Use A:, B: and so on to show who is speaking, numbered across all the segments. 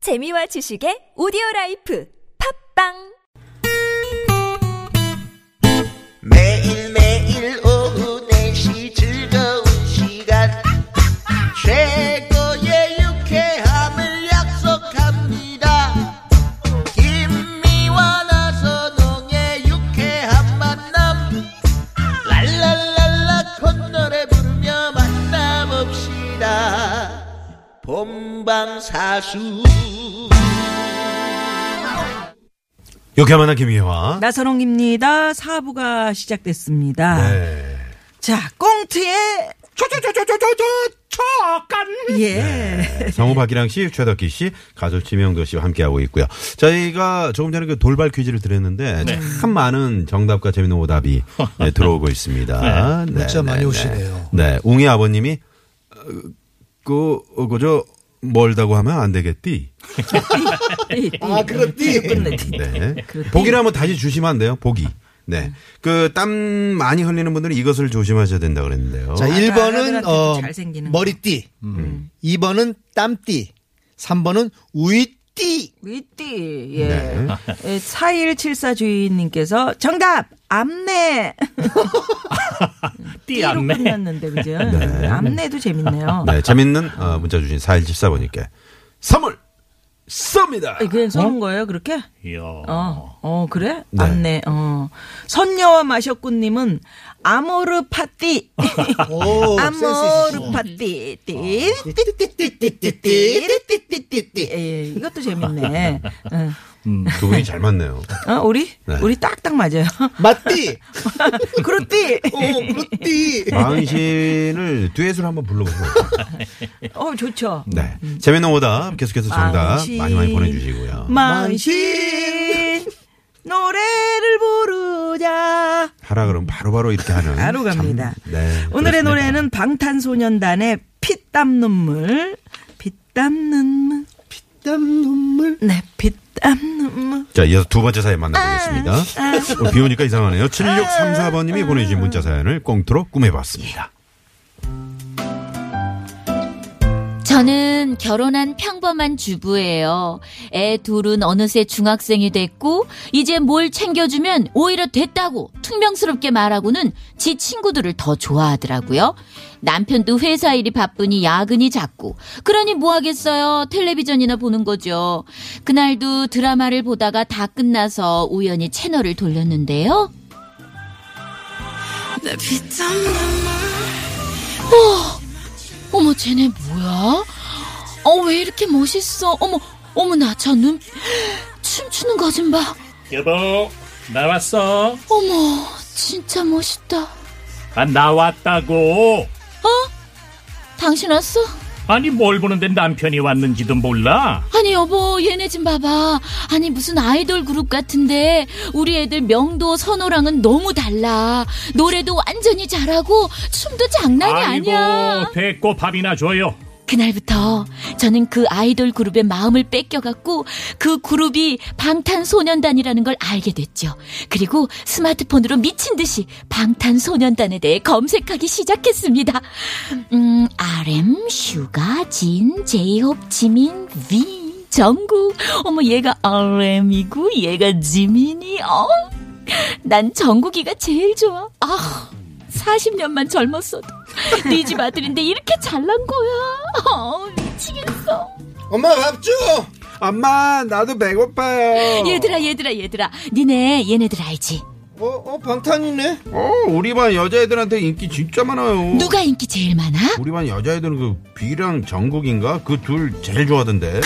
A: 재미와 지식의 오디오 라이프 팝빵
B: 매일매일 오후 4시 즐거운 시간 최고의 유쾌함을 약속합니다 김미와 나선홍의 유쾌한 만남 랄랄랄라 콧노래 부르며 만남없시다 본방사수
C: 이렇게 만난 김희애와
D: 나선홍입니다. 사부가 시작됐습니다.
C: 네.
D: 자, 꽁트의 초초초초초초초간 예.
E: 네.
C: 성우 박기랑 씨, 최덕기 씨, 가수 지명도 씨와 함께하고 있고요. 저희가 조금 전에 그 돌발 퀴즈를 드렸는데 참 많은 정답과 재밌는 오답이 네, 들어오고 있습니다. 네.
E: 문자 많이
C: 네,
E: 오시네요.
C: 네. 네. 웅이 아버님이 어, 그 어, 그저 멀다고 하면 안 되겠디.
E: 아, 그렇디.
C: 네. 보기를 한번 다시 주시면 안 돼요. 보기. 네.
E: 음.
C: 그 땀 많이 흘리는 분들은 이것을 조심하셔야 된다 그랬는데요.
E: 자,
D: 아들한테도
E: 1번은 어,
D: 잘생기는 거. 음.
E: 머리띠. 2번은 땀띠. 3번은 우이띠.
D: 위띠. 예. 예, 4174 주인님께서 정답 암내.
F: 띠
D: 띠로
F: 안매.
D: 끝났는데 그죠? 암내도 재밌네요.
C: 네, 재밌는 어, 문자 주신 4174번님께 선물 쏩니다.
D: 아니, 그냥 써는 거예요, 그렇게?
F: 어? 이야.
D: 어, 어, 그래?
C: 네.
D: 암내, 어. 선녀와 마셔꾼님은 아모르 파띠.
E: 오,
D: 아모르 파띠. 띠.
C: 어.
E: 띠띠띠띠띠띠띠띠띠띠띠.
D: 예, 이것도 재밌네. 응.
C: 두 분이 잘 맞네요.
D: 어, 우리?
C: 네.
D: 우리 딱딱 맞아요.
E: 맞띠.
D: 그렇디.
E: 오,
C: 네.
E: 그렇띠.
C: 마흔신을 듀엣으로 한번 불러보세요.
D: 어, 좋죠.
C: 네. 재밌는 오답 계속해서
D: 아,
C: 정답
D: 망신,
C: 많이 많이 보내주시고요.
D: 망신. 노래를 부르자.
C: 하라 그러면 바로바로 이렇게 하는.
D: 바로 갑니다.
C: 음? 참, 네.
D: 오늘의
C: 그렇습니다.
D: 노래는 방탄소년단의 피땀 눈물. 피땀 눈물.
E: 땀 눈물.
D: 네, 피땀 눈물.
C: 자, 이어서 두 번째 사연
D: 아,
C: 만나보겠습니다. 어, 비 오니까 이상하네요. 7634번님이 보내주신 문자 사연을 꽁트로 꾸며봤습니다.
G: 저는 결혼한 평범한 주부예요. 애 둘은 어느새 중학생이 됐고, 이제 뭘 챙겨주면 오히려 됐다고 퉁명스럽게 말하고는 지 친구들을 더 좋아하더라고요. 남편도 회사 일이 바쁘니 야근이 자꾸. 그러니 뭐 하겠어요? 텔레비전이나 보는 거죠. 그날도 드라마를 보다가 다 끝나서 우연히 채널을 돌렸는데요. 어, 어머 쟤네 뭐야? 어 왜 이렇게 멋있어? 어머 어머 나 저 눈 춤추는 거 좀 봐.
F: 여보, 나왔어.
G: 어머 진짜 멋있다.
F: 아, 나왔다고.
G: 당신 왔어?
F: 아니, 뭘 보는데 남편이 왔는지도 몰라.
G: 아니 여보 얘네 좀 봐봐. 아니 무슨 아이돌 그룹 같은데 우리 애들 명도 선호랑은 너무 달라. 노래도 완전히 잘하고 춤도 장난이
F: 아이고,
G: 아니야.
F: 됐고 밥이나 줘요.
G: 그날부터 저는 그 아이돌 그룹의 마음을 뺏겨갔고 그 그룹이 방탄소년단이라는 걸 알게 됐죠. 그리고 스마트폰으로 미친 듯이 방탄소년단에 대해 검색하기 시작했습니다. 음, RM, 슈가, 진, 제이홉, 지민, 위. 정국 어머 얘가 RM이고 얘가 지민이 어? 난 정국이가 제일 좋아 아 40년만 젊었어도 네 집 아들인데 이렇게 잘난 거야. 어, 미치겠어.
E: 엄마 밥 줘.
C: 엄마, 나도 배고파요.
G: 얘들아, 얘들아, 얘들아. 니네 얘네들 알지?
E: 어, 어, 방탄이네.
C: 어, 우리 반 여자애들한테 인기 진짜 많아요.
G: 누가 인기 제일 많아?
C: 우리 반 여자애들은 그 비랑 정국인가 그 둘 제일 좋아하던데.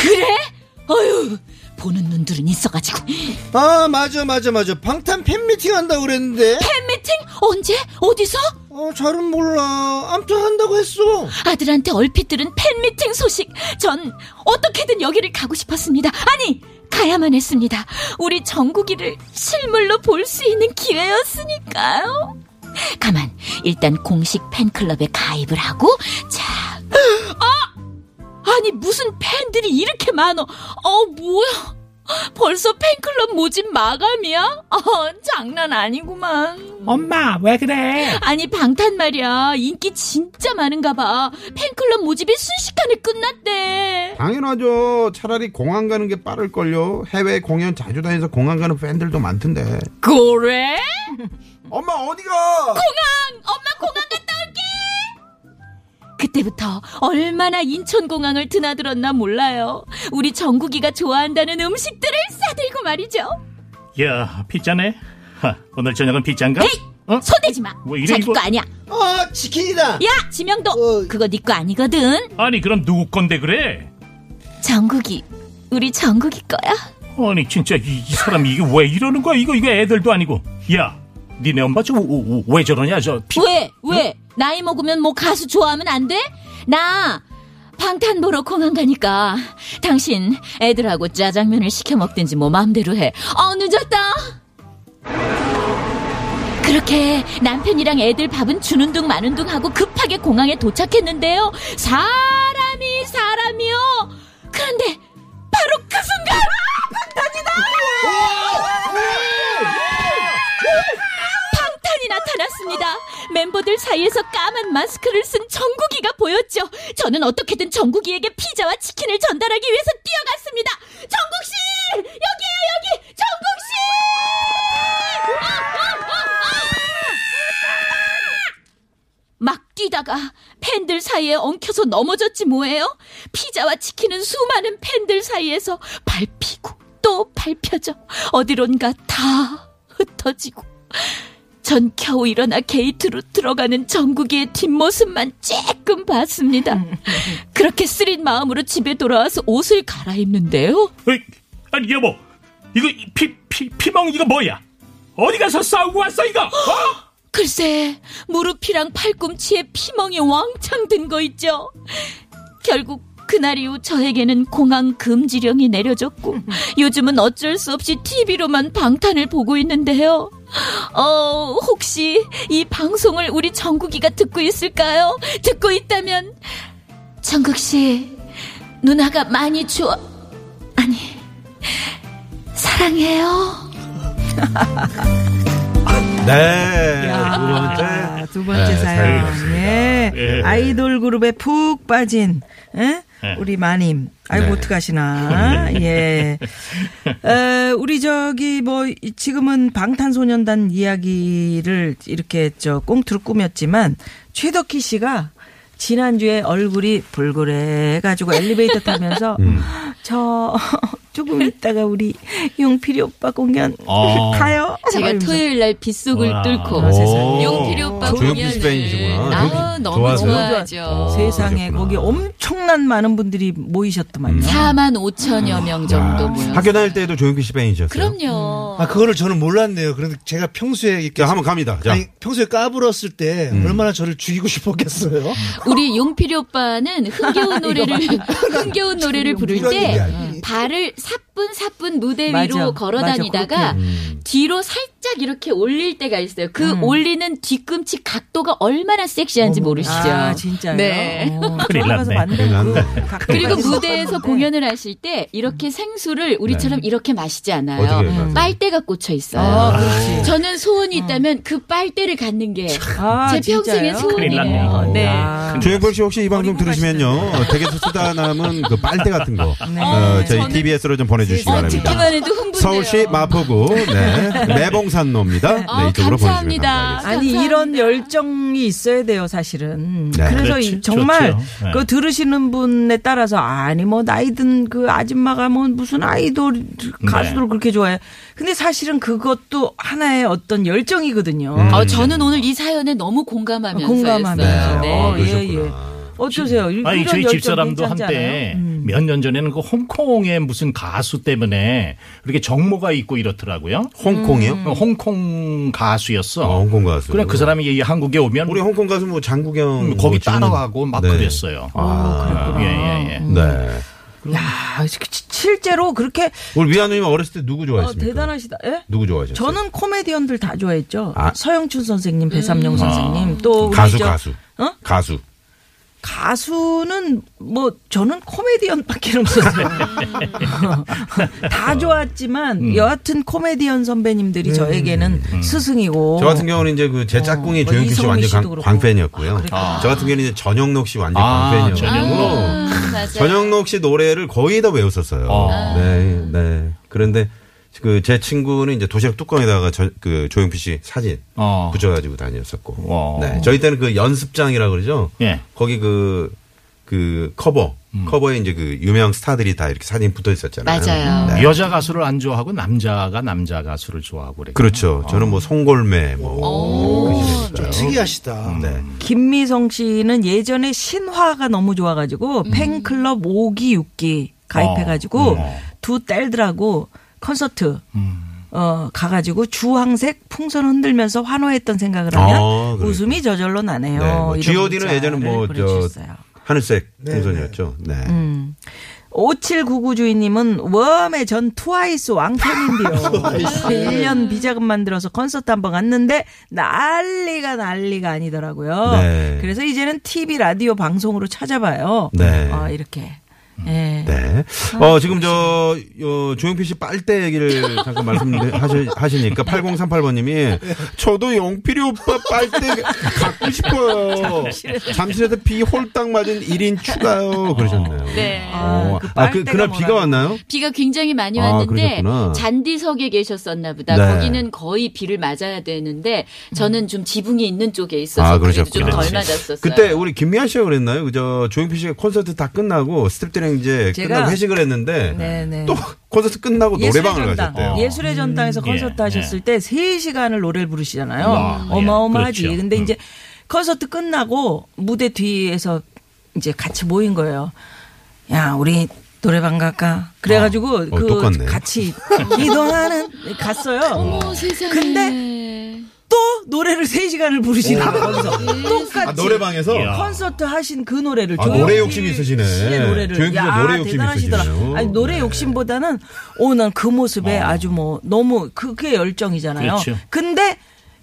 G: 어휴, 보는 눈들은 있어가지고.
E: 아, 맞아, 맞아, 맞아. 방탄 팬미팅 한다고 그랬는데.
G: 팬미팅? 언제? 어디서?
E: 어, 잘은 몰라. 암튼 한다고 했어.
G: 아들한테 얼핏 들은 팬미팅 소식. 전 어떻게든 여기를 가고 싶었습니다. 아니, 가야만 했습니다. 우리 정국이를 실물로 볼 수 있는 기회였으니까요. 가만, 일단 공식 팬클럽에 가입을 하고, 자. 아! 아니, 무슨 팬들이 이렇게 많어. 어, 뭐야. 벌써 팬클럽 모집 마감이야? 어, 장난 아니구만.
F: 엄마 왜 그래?
G: 아니 방탄 말이야 인기 진짜 많은가 봐. 팬클럽 모집이 순식간에 끝났대.
C: 당연하죠. 차라리 공항 가는 게 빠를걸요. 해외 공연 자주 다녀서 공항 가는 팬들도 많던데.
G: 그래?
C: 엄마 어디가?
G: 엄마 공항 갔다 올게. 그때부터 얼마나 인천공항을 드나들었나 몰라요. 우리 정국이가 좋아한다는 음식들을 싸들고 말이죠.
F: 야 피자네. 하, 오늘 저녁은 피자인가?
G: 에이!
F: 어?
G: 손대지 마.
F: 뭐 이래,
G: 자기
F: 이거. 어.
G: 거 아니야.
E: 어, 치킨이다.
G: 야 지명도 그거 네 거 아니거든.
F: 아니 그럼 누구 건데 그래?
G: 정국이 우리 정국이 거야.
F: 아니 진짜 이, 이 사람이 이게 왜 이러는 거야? 이거 이거 애들도 아니고. 야 니네 엄마 저왜 저러냐 저 피.
G: 왜? 왜? 나이 먹으면 뭐 가수 좋아하면 안 돼? 나 방탄 보러 공항 가니까 당신 애들하고 짜장면을 시켜 먹든지 뭐 마음대로 해. 어 늦었다. 그렇게 남편이랑 애들 밥은 주는 둥 마는 둥 하고 급하게 공항에 도착했는데요. 사람이 사람이요. 그런데 바로 그 순간 아, 방탄이 나타났습니다. 멤버들 사이에서 까만 마스크를 쓴 정국이가 보였죠. 저는 어떻게든 정국이에게 피자와 치킨을 전달하기 위해서 뛰어갔습니다. 정국 씨, 여기에요 여기, 정국 씨. 아, 아, 아, 아! 막 뛰다가 팬들 사이에 엉켜서 넘어졌지 뭐예요? 피자와 치킨은 수많은 팬들 사이에서 밟히고 또 밟혀져 어디론가 다 흩어지고 전 겨우 일어나 게이트로 들어가는 정국이의 뒷모습만 쬐끔 봤습니다. 그렇게 쓰린 마음으로 집에 돌아와서 옷을 갈아입는데요.
F: 에이, 아니 여보 이거 이 피, 피, 피멍이가 뭐야? 어디 가서 싸우고 왔어 이거? 어?
G: 글쎄, 무릎이랑 팔꿈치에 피멍이 왕창 든 거 있죠. 결국 그날 이후 저에게는 공항 금지령이 내려졌고, 요즘은 어쩔 수 없이 TV로만 방탄을 보고 있는데요. 어, 혹시 이 방송을 우리 정국이가 듣고 있을까요? 듣고 있다면, 정국씨, 누나가 많이 좋아, 아니, 사랑해요.
C: 네. 두 번째.
D: 아, 두 번째
C: 네,
D: 사연.
C: 사연이었습니다.
D: 예.
F: 예.
D: 아이돌 그룹에 푹 빠진 예? 우리 마님. 아이고
C: 네.
D: 어떡하시나. 예. 에, 우리 저기 뭐 이- 지금은 방탄소년단 이야기를 이렇게 저 꽁트로 꾸몄지만 최덕희 씨가 지난주에 얼굴이 불그레 가지고 엘리베이터 타면서
C: 음.
D: 저 조금 있다가 우리 용필이 오빠 공연
F: 아.
D: 가요.
G: 제가
D: 이러면서.
G: 토요일 날 빗속을
F: 와.
G: 뚫고
D: 아, 세상에.
G: 용필이 오빠
C: 조용필
G: 공연을
C: 팬이시구나.
G: 아,
C: 조용필
G: 너무
C: 좋아하세요?
G: 좋아하죠.
C: 어,
D: 세상에
C: 그러셨구나.
D: 거기 엄청난 많은 분들이 모이셨더만요.
F: 음.
D: 아,
G: 4만 5천여 명 정도 모여.
C: 아. 학교 다닐 때도 조용필 씨 팬이셨어요?
G: 그럼요.
E: 아, 그거를 저는 몰랐네요. 그런데 제가 평소에 이렇게
C: 자, 한번 갑니다. 자.
E: 아니, 평소에 까불었을 때
C: 음.
E: 얼마나 저를 죽이고 싶었겠어요.
G: 우리 용필이 오빠는 흥겨운 노래를 흥겨운 노래를 부를
E: 이런
G: 때
E: 얘기 아니니?
G: 발을 사뿐사뿐 무대 위로
D: 맞아, 맞아,
G: 걸어다니다가
D: 그렇게.
C: 음.
D: 음.
G: 뒤로 살짝 이렇게 올릴 때가 있어요. 그 올리는 뒤꿈치 각도가 얼마나 섹시한지 모르시죠?
D: 아, 진짜요?
G: 네.
D: 어,
F: 큰일
D: 저기 가서 만든
F: 났네.
C: 큰일
D: 그
C: 났네.
D: 각도가
G: 그리고
D: 있었는데.
G: 무대에서 공연을 하실 때 이렇게 생수를 우리처럼 이렇게 마시지 않아요.
C: 음. 네. 어떻게 마세요?
G: 빨대가 꽂혀 있어요.
D: 아, 그렇지.
G: 저는 소원이 있다면 그 빨대를 갖는 게 제
D: 아,
G: 평생의
D: 진짜요?
F: 큰일 났네.
G: 소원이에요. 네.
D: 아,
C: 조영필 씨 혹시 이 방송 들으시면요 대개수 쓰다 남은 그 빨대 같은 거
G: 네.
C: 어, 저희 TBS로 좀 보내주시기
G: 어,
C: 바랍니다.
G: 듣기만 해도 흥분돼요.
C: 서울시 마포구 네 매봉산로입니다. 네
G: 어,
C: 이쪽으로 보내주시면
G: 감사합니다.
C: 감사하겠습니다.
D: 아니
G: 감사합니다.
D: 이런 열정이 있어야 돼요 사실은.
C: 네.
D: 그래서
F: 그렇지,
D: 이- 정말
F: 그렇죠. 좋죠. 네.
D: 그 들으시는 분에 따라서 아니 뭐 나이든 그 아줌마가 뭐 무슨 아이돌
F: 네.
D: 가수들 그렇게 좋아해. 근데 사실은 그것도 하나의 어떤 열정이거든요.
C: 음.
G: 어, 저는 오늘 이 사연에 너무 공감하면서 했어요.
D: 공감하면서.
G: 네.
C: 어,
D: 예,
C: 그러셨구나.
D: 예. 어떠세요? 이-
F: 아니
D: 이런
F: 저희
D: 열정
F: 집사람도
D: 괜찮지
F: 한때
D: 않아요? 음.
F: 몇 년 전에는 그 홍콩의 무슨 가수 때문에 그렇게 정모가 있고 이렇더라고요.
C: 홍콩이요?
F: 어, 홍콩 가수였어.
C: 아, 홍콩 가수.
F: 그래 그 사람이 이 한국에 오면
C: 우리 홍콩 가수 뭐 장국영
F: 음, 거기
C: 뭐 지금-
F: 따라가고 막
C: 네.
F: 그랬어요.
C: 아,
F: 예, 예, 예.
C: 네.
D: 야, 시- 실제로 그렇게
C: 우리 위안우님 어렸을 때 누구
D: 어,
C: 좋아했습니까?
D: 대단하시다. 예?
C: 누구 좋아하셨어요?
D: 저는 코미디언들 다 좋아했죠.
C: 아. 음.
D: 서영춘 선생님, 배삼룡 선생님, 또뭐 우리
C: 가수
D: 저-
C: 가수.
D: 어?
C: 가수.
D: 가수는 뭐 저는 코미디언밖에 없었어요. 다 좋았지만
C: 음.
D: 여하튼 코미디언 선배님들이 저에게는 스승이고
C: 저 같은 경우는 이제 그 제 짝꿍이
D: 어,
C: 조영필 씨
D: 이성훈
C: 완전
D: 씨도
C: 강-
D: 그렇고.
C: 광팬이었고요.
D: 아, 그래요?
C: 저 같은 경우는 이제 전영록 씨 완전
F: 아,
C: 광팬이었고 음,
F: 전영록.
G: 맞아요.
C: 전영록 씨 노래를 거의 다 외웠었어요.
F: 아.
C: 네, 네. 그런데 그 제 친구는 이제 도시락 뚜껑에다가 저, 그 조영필 씨 사진
F: 어.
C: 붙여가지고 다녔었고.
F: 와.
C: 네. 저희 때는 그 연습장이라 그러죠.
F: 예. 음.
C: 거기 그, 그 커버, 커버에 이제 그 유명 스타들이 다 이렇게 사진 붙어 있었잖아요.
G: 맞아요.
C: 네.
F: 여자 가수를 안 좋아하고 남자가 남자 가수를 좋아하고 그래.
C: 그렇죠. 저는 뭐 송골매 뭐. 그런 식이었어요.
E: 특이하시다.
C: 네.
D: 김미성 씨는 예전에 신화가 너무 좋아가지고
C: 음.
D: 팬클럽 5기 6기 가입해가지고
F: 어, 어.
D: 두 딸들하고 콘서트
C: 음.
D: 어 가가지고 주황색 풍선 흔들면서 환호했던 생각을 하면
C: 아, 그래요.
D: 웃음이 저절로 나네요.
C: 네, 뭐
D: 이런
C: G.O.D는
D: 문자를
C: 예전에 뭐저
D: 보내주셨어요.
C: 하늘색
E: 네,
C: 풍선이었죠. 네.
G: 음.
D: 5799 주인님은 웜의 전 트와이스 왕팬인데요. 1년 비자금만 들어서 콘서트 한 번 갔는데 난리가 난리가 아니더라고요.
C: 네.
D: 그래서 이제는 TV 라디오 방송으로 찾아봐요.
C: 네.
D: 어, 이렇게. 예.
C: 네. 어, 지금 저, 어, 조용필 씨 빨대 얘기를 잠깐 말씀하시니까 8038번님이 저도 용필이 오빠 빨대 갖고 싶어요. 잠실에서 비 홀딱 맞은 1인 추가요. 그러셨네요.
G: 네.
C: 어,
D: 아, 그
C: 아, 그,
D: 빨대가
C: 그날 비가
D: 뭐라고.
C: 왔나요?
G: 비가 굉장히 많이
C: 아,
G: 왔는데
C: 그러셨구나.
G: 잔디석에 계셨었나 보다.
C: 네. 음.
G: 거기는 거의 비를 맞아야 되는데 저는 좀 지붕이 있는 쪽에 있어서
C: 아,
G: 그래도 좀
C: 그러셨구나.
G: 덜
C: 그렇지.
G: 맞았었어요.
C: 그때 우리 김미아 씨가 그랬나요? 그저 조용필 씨가 콘서트 다 끝나고 스탭들이랑 이제
D: 제가-
C: 끝나고 회식을 했는데
D: 네네.
C: 또 콘서트 끝나고
D: 예술의
C: 노래방을
D: 전당. 어.
C: 가셨대요. 음.
D: 예술의 전당에서 콘서트
F: 예,
D: 하셨을 때 3시간을 노래를
C: 음.
D: 부르시잖아요.
F: 와, 예,
D: 어마어마하지.
F: 그렇죠.
D: 근데
F: 음.
D: 이제 콘서트 끝나고 무대 뒤에서 이제 같이 모인 거예요. 야, 우리 노래방 갈까? 그래가지고 그
C: 아, 어, 똑같네.
D: 같이 기도하는 갔어요.
G: 어머 세상에.
D: 근데 또 노래를 3시간을 부르시는 거예요. 똑같이.
C: 아, 노래방에서
F: 이야.
D: 콘서트 하신 그 노래를
C: 아, 노래 욕심이 있으시네.
D: 씨의 예, 노래를
C: 조용필 씨가
D: 야,
C: 노래 욕심이
D: 대단하시더라.
C: 있으시네요.
D: 아니 노래
C: 네. 어.
D: 욕심보다는 오 난 그 모습에 아주 뭐 너무 그게 열정이잖아요.
F: 그렇죠.
D: 근데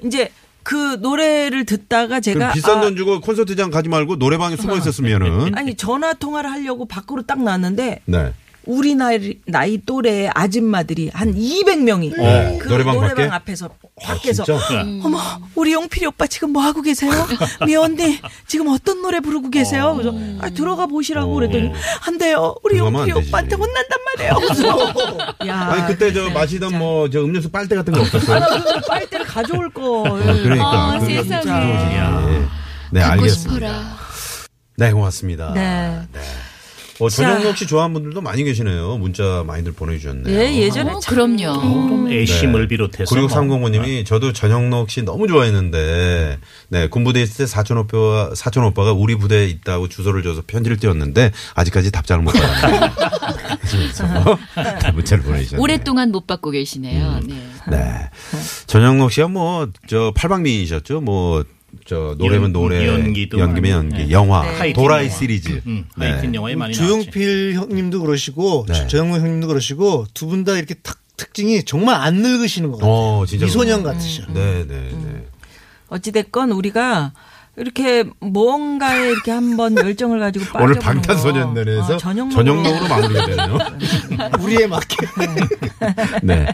D: 이제 그 노래를 듣다가
C: 그럼
D: 제가
C: 비싼
D: 아,
C: 돈 주고 콘서트장 가지 말고 노래방에 숨어 있었으면은
D: 아니 전화 통화를 하려고 밖으로 딱 나왔는데
C: 네.
D: 우리 나이, 나이 또래의 아줌마들이 한 200명이
C: 어,
D: 그
C: 노래방
D: 노래방,
C: 밖에? 아,
D: 앞에서 밖에서
C: 진짜?
G: 음.
D: 어머 우리 용필이 오빠 지금 뭐 하고 계세요? 미 언니 지금 어떤 노래 부르고 계세요? 그래서 아, 들어가 보시라고
C: 어.
D: 그랬더니 안 돼요 우리
C: 들어가면 안
D: 용필이
C: 되지.
D: 오빠한테 혼난단 말이에요. 그래서 야,
C: 아니 그때 저 마시던 뭐 저 음료수 빨대 같은 거 없었어요?
D: 아, 그 빨대를 가져올 거.
C: 아, 그러니까
G: 어,
C: 그거 좀
G: 세상에.
C: 가져오시네. 네. 네
G: 갖고
C: 알겠습니다.
G: 싶어라.
C: 네 고맙습니다.
D: 네.
C: 어, 전영록
D: 자.
C: 씨 좋아하는 분들도 많이 계시네요. 문자 많이들 보내주셨네요.
D: 예 예전에
G: 어,
D: 참
G: 그럼요.
F: 그럼 애심을
C: 네.
F: 비롯해서 뭐.
C: 9630님이 저도 전영록 씨 너무 좋아했는데, 네, 군부대 있을 때 사촌 오빠, 사촌 오빠가 우리 부대에 있다고 주소를 줘서 편지를 띄웠는데, 아직까지 답장을 못 받았네요. 그래서 문자를 보내주셨네요.
G: 오랫동안 못 받고 계시네요. 네.
C: 네. 전영록 씨가 뭐, 저, 팔방미이셨죠? 뭐, 저, 노래면
F: 연-
C: 노래,
F: 연기도
C: 연기면
F: 많이,
C: 연기,
F: 네.
C: 영화,
F: 네.
C: 도라이
F: 하이틴
C: 시리즈.
F: 음,
C: 네.
F: 하이틴 영화에 많이 나왔지.
E: 조용필 형님도 그러시고
C: 네.
E: 전영우 형님도 그러시고 두 분 다 이렇게 탁 특징이 정말 안 늙으시는 것 같아요.
C: 어, 진짜.
E: 미소년
C: 그렇구나.
E: 같으셔.
C: 네, 네, 네.
D: 어찌됐건 우리가 이렇게 뭔가에 이렇게 한번 열정을 가지고 빠져보는
C: 오늘
D: 거.
C: 방탄소년단에서
D: 아, 전영록으로.
C: 전영록으로 마무리가 되네요.
E: 우리에 맞게.
C: 네.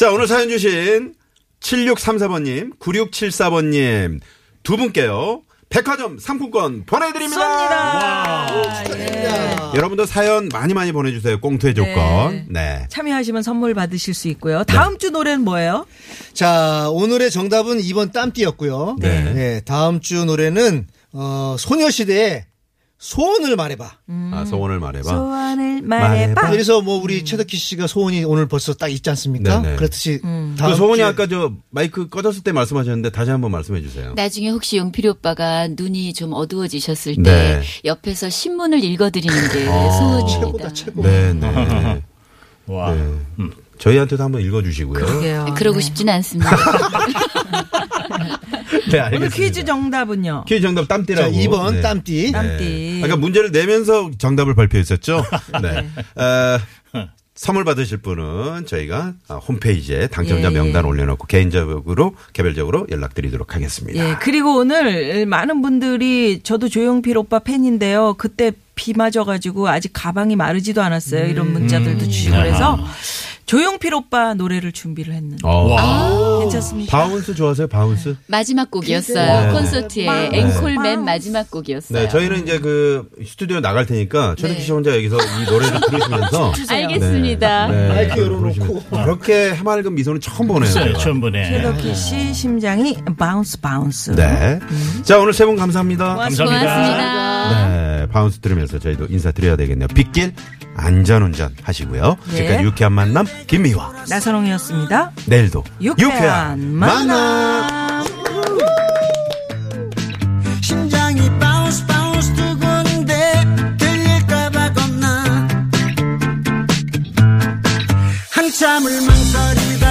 C: 자, 오늘 사연 주신 7634번님, 9674번님 두 분께요. 백화점 상품권 보내드립니다.
D: 쏩니다. 예.
C: 여러분도 사연 많이 많이 보내주세요. 꽁투의 조건. 네.
D: 참여하시면 선물 받으실 수 있고요. 다음 주 노래는 뭐예요?
E: 자, 오늘의 정답은 2번 땀띠였고요.
C: 네.
E: 네. 다음 주 노래는 어, 소녀시대의 소원을 말해봐.
C: 아, 소원을 말해봐.
D: 소원을 말해봐.
E: 그래서 뭐 우리 최덕희 씨가 소원이 오늘 벌써 딱 있지 않습니까?
C: 음. 네네.
E: 그렇듯이 다음
C: 그 소원이
E: 주에
C: 아까 저 마이크 꺼졌을 때 말씀하셨는데 다시 한번 말씀해 주세요.
G: 나중에 혹시 용필이 오빠가 눈이 좀 어두워지셨을 때
C: 네.
G: 옆에서 신문을 읽어드리는 게
E: 최고다
G: 소원입니다.
E: 최고.
C: 네, 네. 네.
F: 와.
E: 음.
C: 저희한테도 한번 읽어주시고요.
D: 그러게요.
G: 그러고
D: 네.
G: 싶진 않습니다.
C: 네,
D: 오늘
C: 알겠습니다.
D: 퀴즈 정답은요.
C: 퀴즈 정답
E: 자,
C: 땀띠라고.
E: 2번
C: 네. 아, 뭐-
E: 땀띠.
D: 땀띠.
C: 네.
D: 네.
C: 아까 문제를 내면서 정답을 발표했었죠. 네. 어, 선물 받으실 분은 저희가 아, 홈페이지에 당첨자
D: 예,
C: 명단 올려놓고 개인적으로 개별적으로 연락드리도록 하겠습니다.
D: 예, 그리고 오늘 많은 분들이 저도 조용필 오빠 팬인데요. 그때 비 맞아가지고 아직 가방이 마르지도 않았어요.
C: 음.
D: 이런 문자들도 주시고 그래서
C: 아.
D: 조용필 오빠 노래를 준비를 했는데
C: 어.
D: 괜찮습니까?
C: 바운스 좋아하세요? 바운스?
G: 마지막 곡이었어요.
C: 네.
G: 콘서트의 앵콜 맨 마지막 곡이었어요.
C: 네, 저희는 이제 그 스튜디오 나갈 테니까 최덕기 씨 혼자 여기서 이 노래를 들으시면서
G: 알겠습니다.
C: 네, 네,
E: 마이크 열어놓고.
C: 부르시면- 그렇게 해맑은 미소는 처음 보네요.
F: 글쎄요,
C: 제가.
F: 처음 보네.
D: 최덕희 씨 심장이 바운스 바운스.
C: 네. 자, 오늘 세 분 감사합니다.
F: 감사합니다.
G: 고맙습니다.
C: 네, 바운스 들으면서 저희도 인사드려야 되겠네요. 빗길 안전운전 하시고요.
D: 네.
C: 지금까지 유쾌한 만남 김미화.
D: 나선홍이었습니다.
C: 내일도
D: 유쾌한 만남.
B: 심장이 바운스 바운스 두근데 들릴까봐 겁나 한참을 망설이다